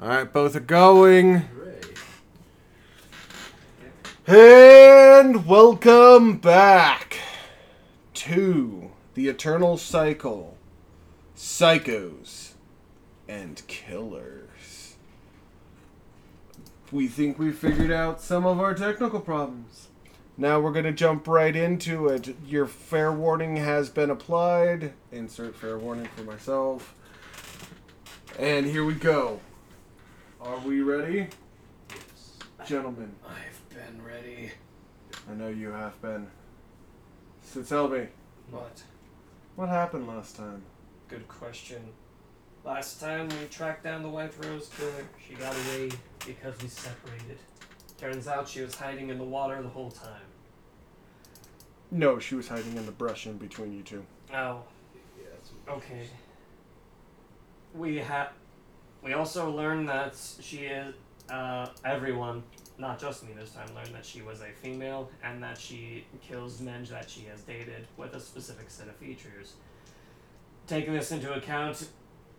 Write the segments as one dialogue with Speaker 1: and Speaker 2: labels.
Speaker 1: All right, both are going. And welcome back to the Eternal Cycle Psychos and Killers. We think we figured out some of our technical problems. Now we're going to jump right into it. Your fair warning has been applied. Insert fair warning for myself. And here we go. Are we ready? Gentlemen,
Speaker 2: I've been ready.
Speaker 1: I know you have been. So tell me,
Speaker 2: What?
Speaker 1: what happened last time?
Speaker 2: Good question. Last time we tracked down the White Rose killer, she got away because we separated. Turns out she was hiding in the water the whole time.
Speaker 1: No, she was hiding in the brush in between you two.
Speaker 2: Oh, okay. We ha- We also learned that she is. Uh, everyone, not just me this time, learned that she was a female and that she kills men that she has dated with a specific set of features. Taking this into account,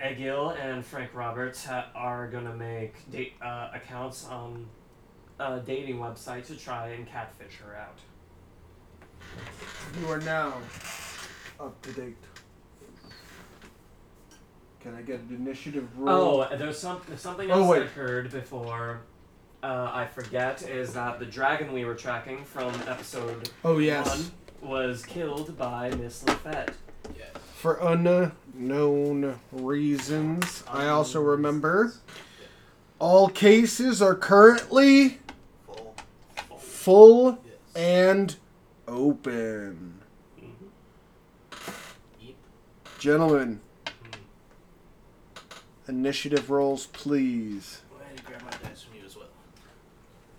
Speaker 2: Egil and Frank Roberts ha- are gonna make date uh, accounts on a dating website to try and catfish her out.
Speaker 1: You are now up to date. Can I get an initiative roll?
Speaker 2: Oh, there's some something
Speaker 1: Oh,
Speaker 2: else
Speaker 1: wait.
Speaker 2: I heard before. Uh, I forget is that the dragon we were tracking from episode
Speaker 1: Oh,
Speaker 2: one was killed by Miss Lafette.
Speaker 1: For unknown reasons, I also remember all cases are currently full and open. Gentlemen, initiative rolls, please.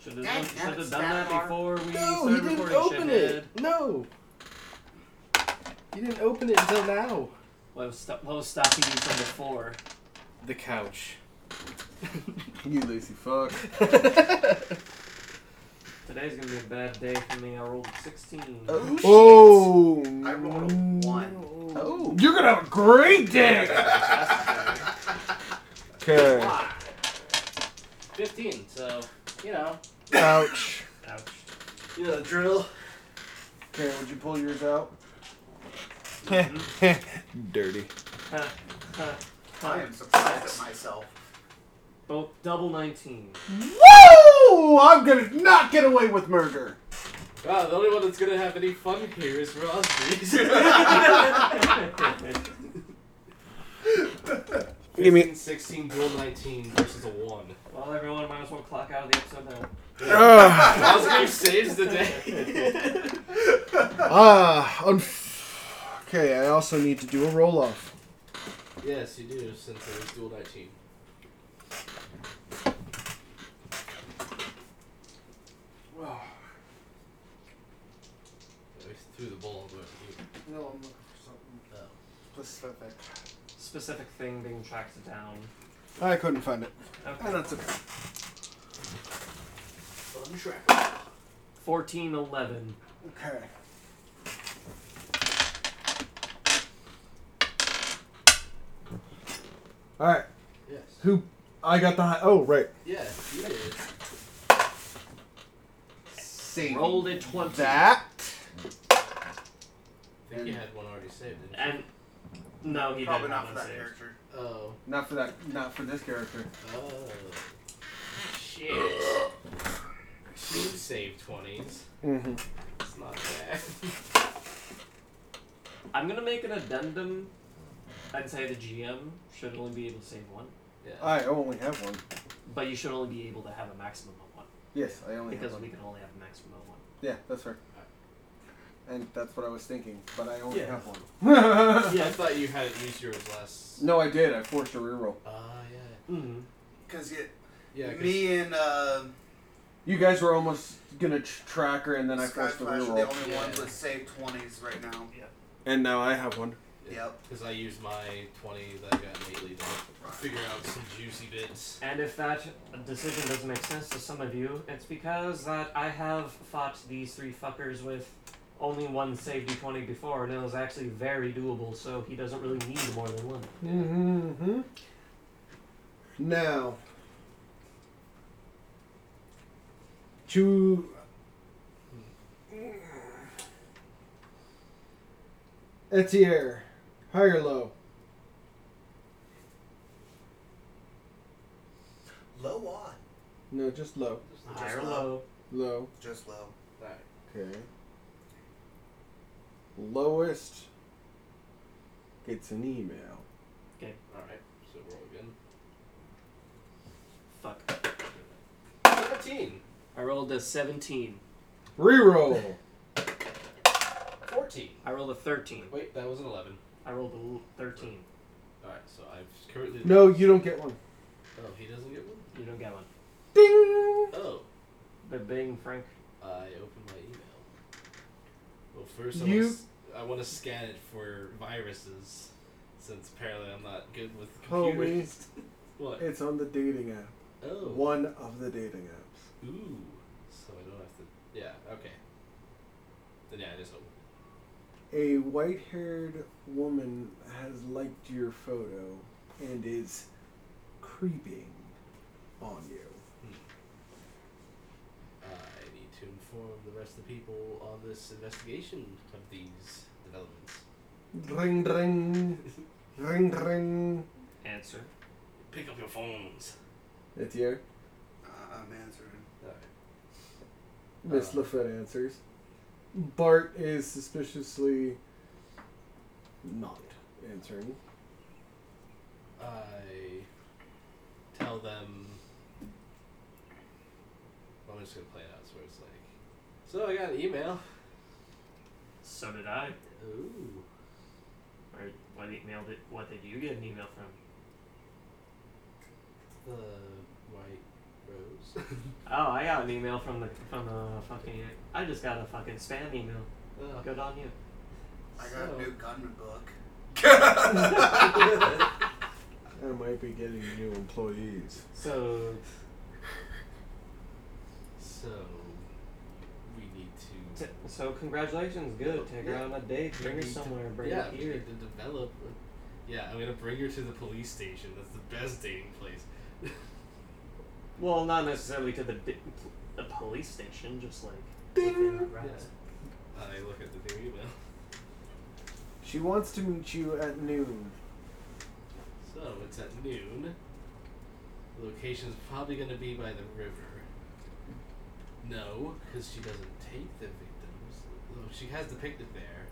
Speaker 2: Should have
Speaker 3: Dang,
Speaker 2: done, should have
Speaker 3: that's
Speaker 2: done that
Speaker 3: that far.
Speaker 2: before we
Speaker 4: No,
Speaker 2: started
Speaker 4: he didn't
Speaker 2: recording
Speaker 4: open
Speaker 2: shithead.
Speaker 4: it. No. He didn't open it until now.
Speaker 2: What was, sto- what was stopping you from before?
Speaker 4: The couch.
Speaker 1: You lazy fuck.
Speaker 2: Today's gonna be a bad day for me. I rolled a 16.
Speaker 4: Oh,
Speaker 1: Oh,
Speaker 3: I rolled a one.
Speaker 4: Oh.
Speaker 1: You're gonna have a great day. Okay.
Speaker 5: Fifteen. So you know.
Speaker 1: Ouch.
Speaker 2: Ouch.
Speaker 4: You know the drill.
Speaker 1: Okay, would you pull yours out? Mm-hmm. Dirty.
Speaker 2: Huh, huh,
Speaker 3: I
Speaker 2: huh.
Speaker 3: am surprised at myself.
Speaker 2: Both double 19.
Speaker 1: Woo! I'm gonna not get away with murder.
Speaker 5: Wow, the only one that's gonna have any fun here is Rosby.
Speaker 1: Give me-
Speaker 5: 15, 16, dual 19 versus a 1.
Speaker 2: well, everyone might as well clock out of the episode now.
Speaker 1: Ah,
Speaker 5: Rosby saves the day.
Speaker 1: Ah. unf- okay, I also need to do a roll off.
Speaker 5: yes, you do, since it was dual 19. Wow. I threw the ball all the way over here.
Speaker 1: No, I'm looking for something uh,
Speaker 5: Oh.
Speaker 1: specific.
Speaker 2: Specific thing being tracked down.
Speaker 1: I couldn't find it.
Speaker 2: Okay.
Speaker 1: And that's okay.
Speaker 5: Fun track.
Speaker 2: 14, 11.
Speaker 1: Okay. All right.
Speaker 5: Yes.
Speaker 1: Who? I got the high. Oh, right.
Speaker 5: Yeah, you did.
Speaker 1: Same.
Speaker 2: Rolled a 20.
Speaker 1: that.
Speaker 5: I think you had one already saved, didn't you?
Speaker 2: And no, he
Speaker 3: Probably
Speaker 2: didn't
Speaker 3: not
Speaker 2: have one
Speaker 3: for that
Speaker 2: saved.
Speaker 3: character.
Speaker 5: Oh.
Speaker 1: Not for that. Not for this character.
Speaker 5: Oh. Shit. You saved 20s.
Speaker 1: Mm-hmm.
Speaker 5: It's not bad.
Speaker 2: I'm gonna make an addendum and say the GM should only be able to save one,
Speaker 5: yeah.
Speaker 1: I only have one.
Speaker 2: but you should only be able to have a maximum of one
Speaker 1: Yes, I only
Speaker 2: because
Speaker 1: have
Speaker 2: we
Speaker 1: one.
Speaker 2: can only have a maximum of one.
Speaker 1: Yeah, that's fair. And that's what I was thinking, but I only
Speaker 5: Yeah.
Speaker 1: have one.
Speaker 5: yeah, I thought you hadn't used yours last.
Speaker 1: No, I did. I forced a reroll.
Speaker 5: Ah,
Speaker 2: Mm-hmm.
Speaker 3: Because
Speaker 5: yeah. Yeah, 'cause-
Speaker 3: me and uh,
Speaker 1: You guys were almost gonna tr- track her, and then I forced a
Speaker 3: Skyflash are the
Speaker 1: reroll.
Speaker 3: only
Speaker 5: Yeah.
Speaker 3: ones with save 20s right now.
Speaker 1: And now I have one.
Speaker 5: yeah,
Speaker 3: Yep.
Speaker 5: Because I used my 20 that I got lately to figure out some juicy bits.
Speaker 2: And if that decision doesn't make sense to some of you, it's because that I have fought these three fuckers with only one save d20 before, and it was actually very doable. So he doesn't really need more than one.
Speaker 1: Mm-hmm. Now, to Etier, high or low?
Speaker 3: Low on.
Speaker 1: No, just low.
Speaker 2: High or low?
Speaker 1: Low.
Speaker 3: Just low.
Speaker 5: Alright.
Speaker 1: Okay. Lowest gets an email.
Speaker 5: Alright. So roll again.
Speaker 2: Fuck.
Speaker 5: 13.
Speaker 2: I rolled a 17.
Speaker 1: Reroll.
Speaker 5: 14.
Speaker 2: I rolled a 13.
Speaker 5: Wait, that was an 11.
Speaker 2: I rolled a l- 13.
Speaker 5: Alright, so I've currently.
Speaker 1: no, you don't get one.
Speaker 5: Oh, he doesn't get one?
Speaker 2: You don't get one.
Speaker 1: Ding.
Speaker 5: Oh.
Speaker 2: But bing, Frank.
Speaker 5: I open my email. Well, first I
Speaker 1: You-
Speaker 5: want to, I want to scan it for viruses, since apparently I'm not good with
Speaker 1: Homie.
Speaker 5: computers. what?
Speaker 1: It's on the dating app.
Speaker 5: Oh.
Speaker 1: One of the dating apps.
Speaker 5: Ooh. So I don't have to. Yeah. Okay. Then yeah, I just open.
Speaker 1: A white haired woman has liked your photo and is creeping on you.
Speaker 5: Uh, I need to inform the rest of the people on this investigation of these developments.
Speaker 1: Ring, ring. ring, ring.
Speaker 2: Answer.
Speaker 5: Pick up your phones.
Speaker 1: It's you.
Speaker 3: Uh, I'm answering.
Speaker 5: Alright.
Speaker 1: Miss
Speaker 5: Uh.
Speaker 1: Lafette answers. Bart is suspiciously not answering.
Speaker 5: I tell them. I'm just gonna play it out, so it's like. So I got an email.
Speaker 2: So did I.
Speaker 5: Ooh.
Speaker 2: Or what email did, what did you get an email from?
Speaker 5: The white rose.
Speaker 2: Oh, I got an email from the from the fucking. I just got a fucking spam email.
Speaker 5: Oh.
Speaker 2: Good on you.
Speaker 3: I got
Speaker 5: So-
Speaker 3: a new gunman book.
Speaker 5: Oh.
Speaker 1: I might be getting new employees.
Speaker 2: So
Speaker 5: so we need to.
Speaker 2: t- so congratulations, good. Take her
Speaker 5: Yeah.
Speaker 2: on a date. Bring her
Speaker 5: need to-
Speaker 2: somewhere. Bring
Speaker 5: yeah,
Speaker 2: her
Speaker 5: we
Speaker 2: here.
Speaker 5: need to develop. a- Yeah, I'm gonna bring her to the police station. That's the best dating place.
Speaker 2: Well, not necessarily to the di- the police station, just like. within our grasp.
Speaker 5: I look at the new email.
Speaker 1: She wants to meet you at noon.
Speaker 5: So it's at noon. The location's probably going to be by the river. No, because she doesn't take the victims. Well, she has the picnic there,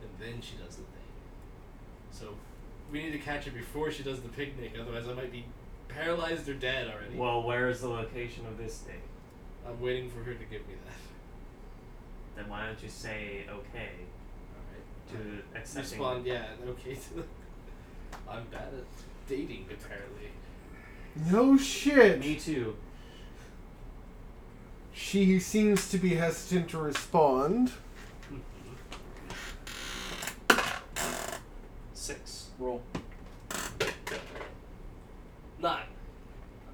Speaker 5: and then she does the thing. So we need to catch her before she does the picnic, otherwise I might be paralyzed or dead already.
Speaker 2: Well, where is the location of this date?
Speaker 5: I'm waiting for her to give me that.
Speaker 2: Then why don't you say okay
Speaker 5: All right.
Speaker 2: to accepting?
Speaker 5: Respond, yeah, okay. To the... I'm bad at dating, apparently.
Speaker 1: No shit!
Speaker 2: Me too.
Speaker 1: She seems to be hesitant to respond.
Speaker 2: Six.
Speaker 1: Roll.
Speaker 5: Not.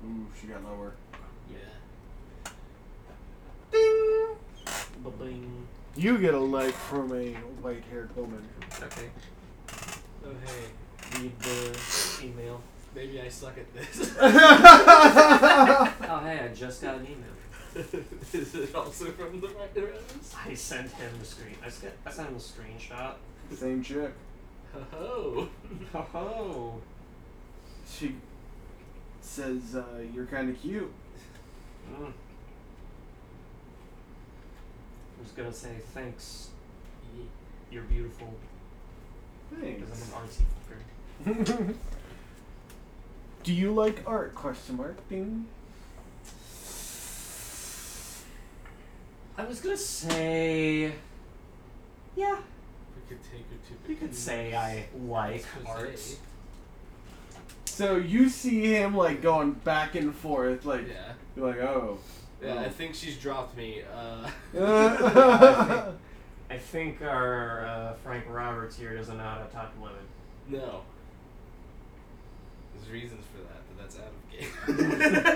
Speaker 1: Ooh, she got lower.
Speaker 5: Yeah.
Speaker 1: Ding!
Speaker 2: Ba-bing.
Speaker 1: You get a like from a white haired woman.
Speaker 2: Okay.
Speaker 5: Oh, hey.
Speaker 2: Read the email.
Speaker 5: Maybe I suck at this.
Speaker 2: Oh hey, I just got an email.
Speaker 5: Is it also from the right rooms?
Speaker 2: I sent him the screen. I sent, I sent him a screenshot.
Speaker 1: Same chick.
Speaker 5: Ho
Speaker 2: Oh,
Speaker 1: She says, uh, You're kind of cute.
Speaker 2: mm. I was gonna say thanks. You're beautiful because I'm
Speaker 1: Thanks.
Speaker 2: an artsy fucker.
Speaker 1: Do you like art? Question mark. Ding.
Speaker 2: I was gonna say, yeah,
Speaker 5: We could take her to
Speaker 2: you could say I like art.
Speaker 1: So you see him like going back and forth, like
Speaker 5: Yeah.
Speaker 1: you're like, oh.
Speaker 5: Yeah,
Speaker 1: Oh.
Speaker 5: I think she's dropped me. Uh,
Speaker 1: Uh,
Speaker 2: I think our uh, Frank Roberts here doesn't know how to talk women.
Speaker 5: no. There's reasons for that, but that's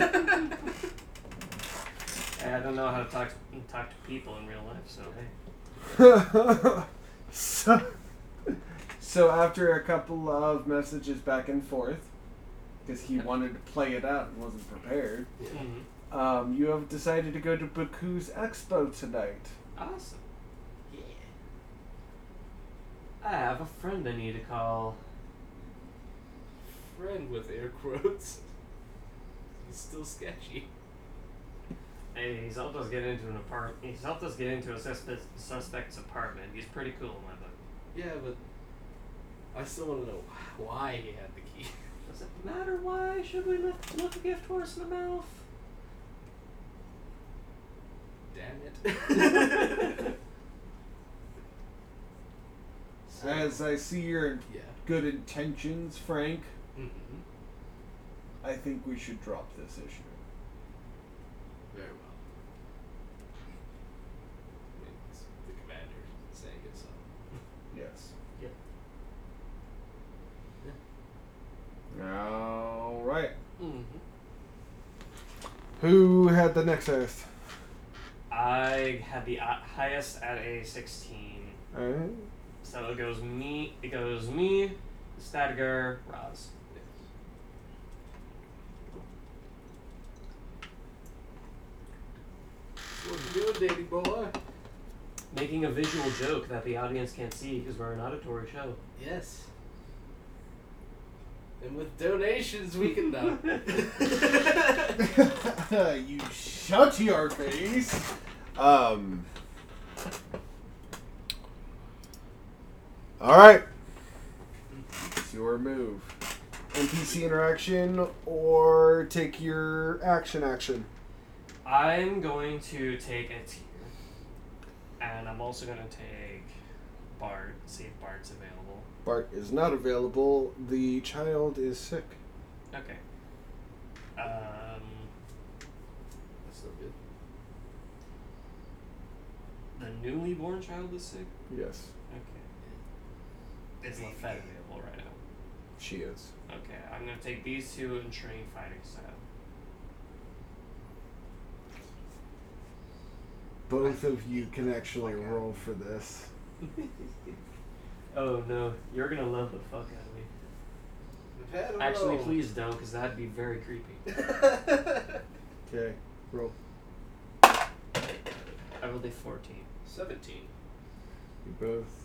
Speaker 5: out of game.
Speaker 2: And I don't know how to talk talk to people in real life. So hey,
Speaker 1: so, so after a couple of messages back and forth, because he wanted to play it out and wasn't prepared,
Speaker 2: Mhm.
Speaker 1: Um, you have decided to go to Baku's expo tonight.
Speaker 2: Awesome. Yeah. I have a friend I need to call.
Speaker 5: Friend with air quotes. He's still sketchy.
Speaker 2: Hey, he's helped us get into an apartment. He's helped us get into a suspect, suspect's apartment. He's pretty cool in my book.
Speaker 5: Yeah, but I still want to know why he had the key.
Speaker 2: Does it matter why? Should we look, look a gift horse in the mouth?
Speaker 5: Damn it. So-
Speaker 1: As I see your
Speaker 5: yeah.
Speaker 1: good intentions, Frank,
Speaker 5: Mm-hmm.
Speaker 1: I think we should drop this issue.
Speaker 5: Very well. I mean, it's the commander saying it, so.
Speaker 1: Yes.
Speaker 2: Yep.
Speaker 1: All right.
Speaker 2: Mm-hmm.
Speaker 1: Who had the next oath?
Speaker 2: I had the uh, highest at a 16.
Speaker 1: All right.
Speaker 2: So it goes me, it goes me, Stadger, Roz.
Speaker 5: Yes. What you doing, Davy boy?
Speaker 2: Making a visual joke that the audience can't see because we're an auditory show.
Speaker 5: Yes. And with donations, we can know.
Speaker 1: you shut your face. Um. All right. It's your move. NPC interaction or take your action action.
Speaker 2: I'm going to take a tier. And I'm also going to take Bart, see if Bart's available.
Speaker 1: Bart is not available. The child is sick.
Speaker 2: Okay. Um,
Speaker 5: That's not good.
Speaker 2: the newly born child is sick?
Speaker 1: Yes,
Speaker 2: Okay. Is Lafette available right now?
Speaker 1: she is.
Speaker 2: Okay, I'm going to take these two and train fighting style.
Speaker 1: Both of you can actually roll for this.
Speaker 2: Oh no, you're gonna love the fuck out of me.
Speaker 5: Pedalo.
Speaker 2: Actually, please don't, because that'd be very creepy.
Speaker 1: Okay, roll.
Speaker 2: I rolled a 14.
Speaker 5: Seventeen.
Speaker 1: You both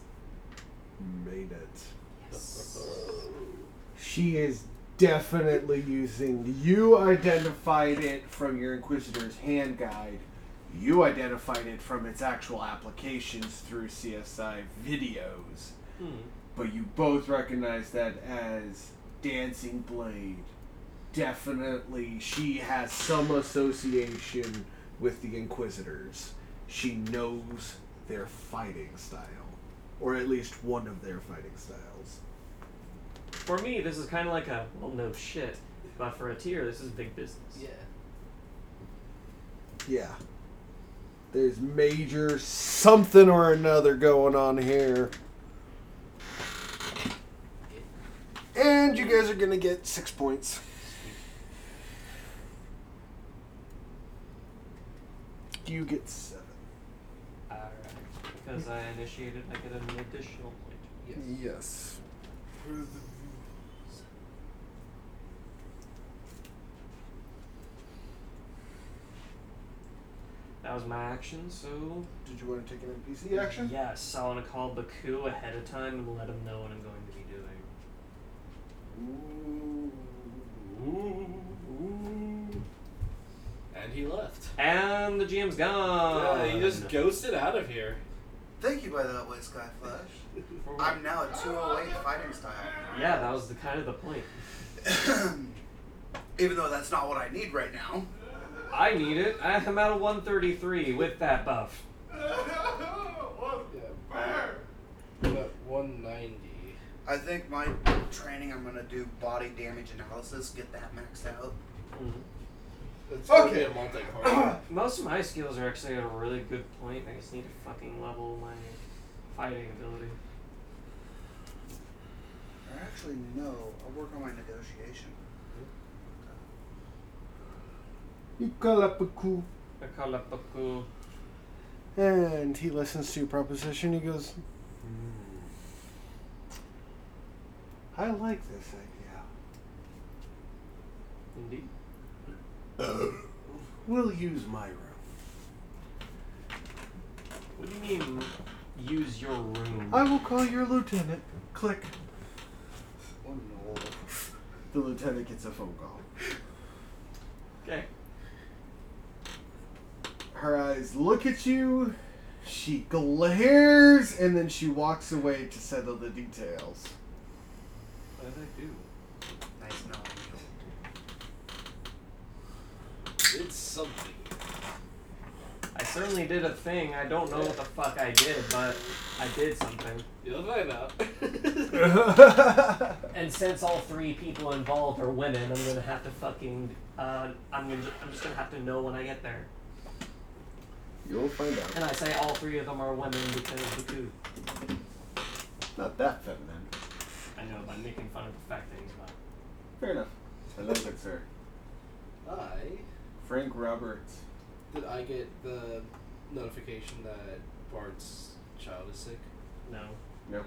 Speaker 1: made it.
Speaker 5: Yes.
Speaker 1: She is definitely using. You identified it from your Inquisitor's hand guide. You identified it from its actual applications through CSI videos.
Speaker 2: Hmm.
Speaker 1: But you both recognize that as Dancing Blade. Definitely, she has some association with the Inquisitors. She knows their fighting style, or at least one of their fighting styles.
Speaker 2: For me, this is kind of like a well, no shit. But for a tier, this is big business.
Speaker 5: Yeah.
Speaker 1: Yeah. There's major something or another going on here. And you guys are going to get six points. You get seven.
Speaker 2: Alright. Because I initiated, I get an additional point.
Speaker 5: Yes.
Speaker 1: Yes.
Speaker 2: That was my action, so.
Speaker 1: Did you want to take an NPC action?
Speaker 2: Yes, I want to call Baku ahead of time and let him know what I'm going to be doing.
Speaker 5: And he left.
Speaker 2: And the GM's gone!
Speaker 5: yeah, he just ghosted out of here.
Speaker 3: Thank you by that way, Sky Flash. I'm now a 208 fighting style.
Speaker 2: Yeah, that was the kind of the point.
Speaker 3: Even though that's not what I need right now.
Speaker 2: I need it. I am at a 133 with that buff.
Speaker 5: Yeah. I'm at one ninety.
Speaker 3: I think my training, I'm gonna do body damage analysis, get that maxed out.
Speaker 5: That's
Speaker 1: Okay.
Speaker 5: gonna be a multi-part.
Speaker 2: Most of my skills are actually at a really good point. I just need to fucking level my fighting ability.
Speaker 3: Or actually, no, I'll work on my negotiation.
Speaker 1: You call up Baku.
Speaker 2: I call up Baku.
Speaker 1: And he listens to your proposition. He goes, hmm. I like this idea.
Speaker 2: Indeed.
Speaker 1: We'll use my room.
Speaker 2: What do you mean, use your room?
Speaker 1: I will call your lieutenant. Click.
Speaker 3: Oh no.
Speaker 1: The lieutenant gets a phone call.
Speaker 2: Okay.
Speaker 1: Her eyes look at you. She glares and then she walks away to settle the details.
Speaker 2: What did I do?
Speaker 3: Nice knowing
Speaker 5: It's something.
Speaker 2: I certainly did a thing. I don't know what the fuck I did, but I did something.
Speaker 5: You'll find out.
Speaker 2: And since all three people involved are women, I'm gonna have to fucking. Uh, I'm gonna. I'm just gonna have to know when I get there.
Speaker 1: You'll find out.
Speaker 2: And I say all three of them are women because the two.
Speaker 1: Not that feminine.
Speaker 2: I know, but I'm making fun of the fact that he's not.
Speaker 1: Fair enough. Hello, good sir.
Speaker 5: I
Speaker 1: Frank Roberts.
Speaker 5: did I get the notification that Bart's child is sick?
Speaker 2: No.
Speaker 1: No.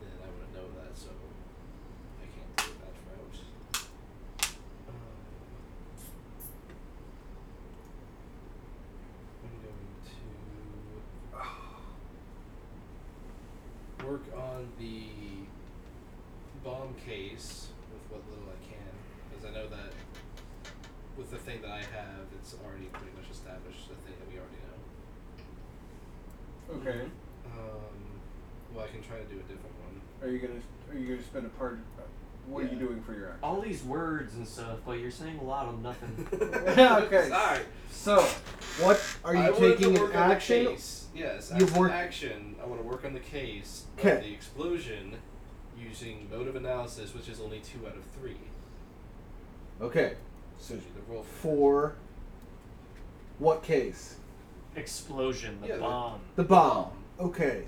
Speaker 5: Then I wouldn't know that, so I can't do that route. Uh, I'm going to work on the bomb case with what little I can, because I know that with the thing that I have, it's already pretty much established the thing that we already know.
Speaker 1: Okay.
Speaker 5: Um, well, I can try to do a different one.
Speaker 1: Are you gonna Are you gonna spend a part? What are you
Speaker 5: Yeah.
Speaker 1: doing for your action?
Speaker 2: All these words and stuff, but you're saying a lot of nothing.
Speaker 1: Okay.
Speaker 5: Sorry.
Speaker 1: So, what are you
Speaker 5: I wanted to
Speaker 1: taking
Speaker 5: work
Speaker 1: an
Speaker 5: on the
Speaker 1: action?
Speaker 5: case. Yes,
Speaker 1: You've
Speaker 5: as an
Speaker 1: worked-
Speaker 5: action, I want to work on the case
Speaker 1: Okay.
Speaker 5: of the explosion using mode of analysis, which is only two out of three.
Speaker 1: Okay.
Speaker 5: So
Speaker 1: So
Speaker 5: you the roll.
Speaker 1: for what case?
Speaker 2: Explosion. The
Speaker 5: Yeah, the-
Speaker 2: bomb.
Speaker 1: The bomb. Okay.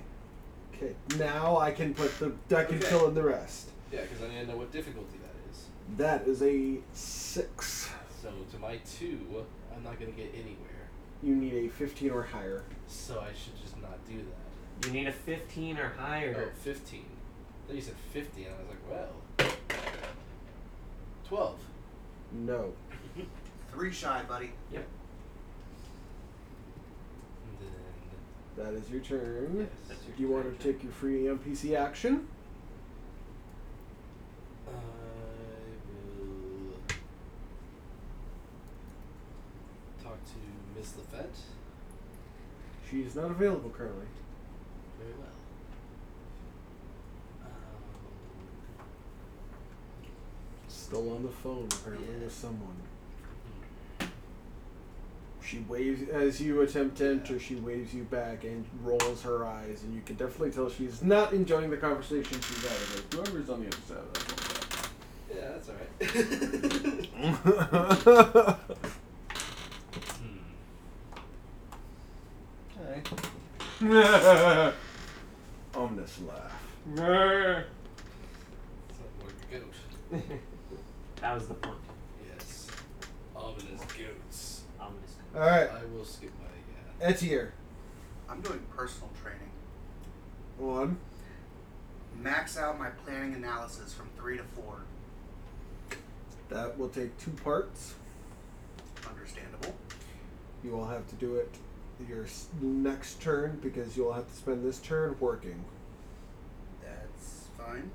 Speaker 1: Okay. Now I can put the I can
Speaker 5: Okay.
Speaker 1: fill in the rest.
Speaker 5: Yeah, because I need to know what difficulty that is.
Speaker 1: That is a six.
Speaker 5: So to my two, I'm not gonna get anywhere.
Speaker 1: You need a fifteen or higher.
Speaker 5: So I should just not do that.
Speaker 2: You need a 15 or
Speaker 5: Oh,
Speaker 2: higher.
Speaker 5: 15. Then you said 50, and I was like, well. 12.
Speaker 1: No.
Speaker 3: Three shy, buddy.
Speaker 5: And then.
Speaker 1: That is your turn.
Speaker 5: Yes.
Speaker 2: That's your
Speaker 1: Do you want to
Speaker 2: action.
Speaker 1: take your free NPC action?
Speaker 5: I will talk to Miss Lafette.
Speaker 1: She's not available currently.
Speaker 5: Very well. Um,
Speaker 1: Still on the phone apparently
Speaker 5: Yeah.
Speaker 1: with someone. She waves as you attempt to enter. She waves you back and rolls her eyes, and you can definitely tell she's not enjoying the conversation she's having. with Whoever's on the other side of
Speaker 5: yeah, that's alright.
Speaker 1: that.
Speaker 5: Hmm.
Speaker 1: phone. Ominous laugh.
Speaker 2: Oh. Grr.
Speaker 5: It's not like a goat.
Speaker 2: that was the point.
Speaker 5: Yes. Ominous goats.
Speaker 2: I'm just
Speaker 1: All right,
Speaker 5: I will skip my.
Speaker 1: Etier.
Speaker 3: I'm doing personal training.
Speaker 1: One.
Speaker 3: Max out my planning analysis from three to four.
Speaker 1: That will take two parts.
Speaker 3: Understandable.
Speaker 1: You will have to do it your s- next turn because you'll have to spend this turn working.
Speaker 3: That's fine.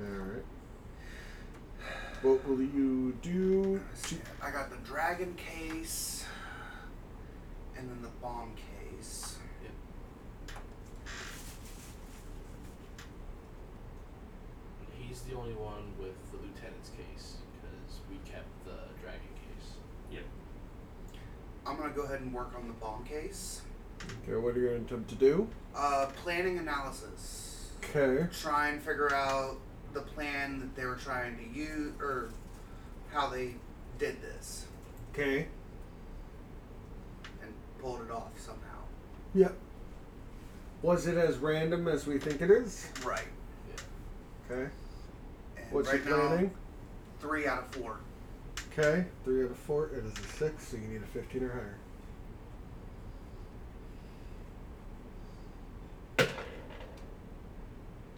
Speaker 1: All right. What will you do? To,
Speaker 3: I got the dragon case, and then the bomb case.
Speaker 5: Yep. He's the only one with the lieutenant's case because we kept the dragon case.
Speaker 3: I'm gonna go ahead and work on the bomb case.
Speaker 1: okay, what are you going to attempt to do?
Speaker 3: Uh, planning analysis.
Speaker 1: Okay.
Speaker 3: Try and figure out the plan that they were trying to use, or how they did this,
Speaker 1: Okay.
Speaker 3: and pulled it off somehow.
Speaker 1: Yep. Was it as random as we think it is?
Speaker 3: Right.
Speaker 1: Okay.
Speaker 3: And
Speaker 1: What's
Speaker 3: right
Speaker 1: your planning?
Speaker 3: now, three out of four.
Speaker 1: Okay. Three out of four. It is a six, so you need a 15 or higher.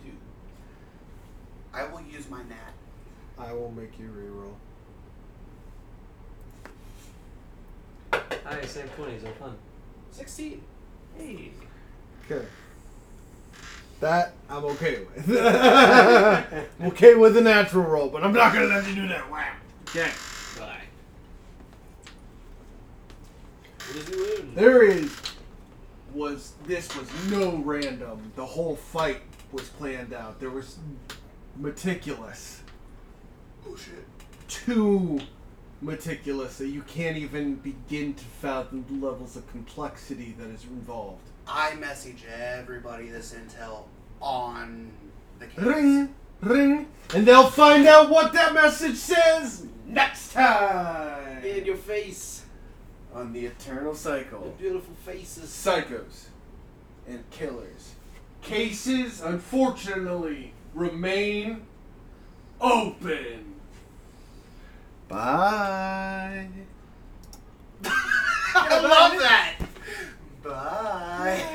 Speaker 5: Dude.
Speaker 3: I will use my nat.
Speaker 1: I will make you reroll.
Speaker 2: I saved 20, so fun.
Speaker 5: 16.
Speaker 2: Hey.
Speaker 1: Okay. That I'm okay with. I'm okay with the natural roll, but I'm not gonna let you do that. Wow. Okay.
Speaker 5: Bye. What is he looting?
Speaker 1: There is was this was no random. The whole fight was planned out. There was meticulous.
Speaker 3: Oh shit.
Speaker 1: Too meticulous that you can't even begin to fathom the levels of complexity that is involved.
Speaker 3: I message everybody this intel on the case.
Speaker 1: Ring, ring, and they'll find out what that message says next time.
Speaker 5: In your face.
Speaker 1: on the eternal
Speaker 5: Your
Speaker 1: cycle.
Speaker 5: beautiful faces.
Speaker 1: Psychos and killers. Cases, unfortunately, remain open. Bye.
Speaker 3: I love that.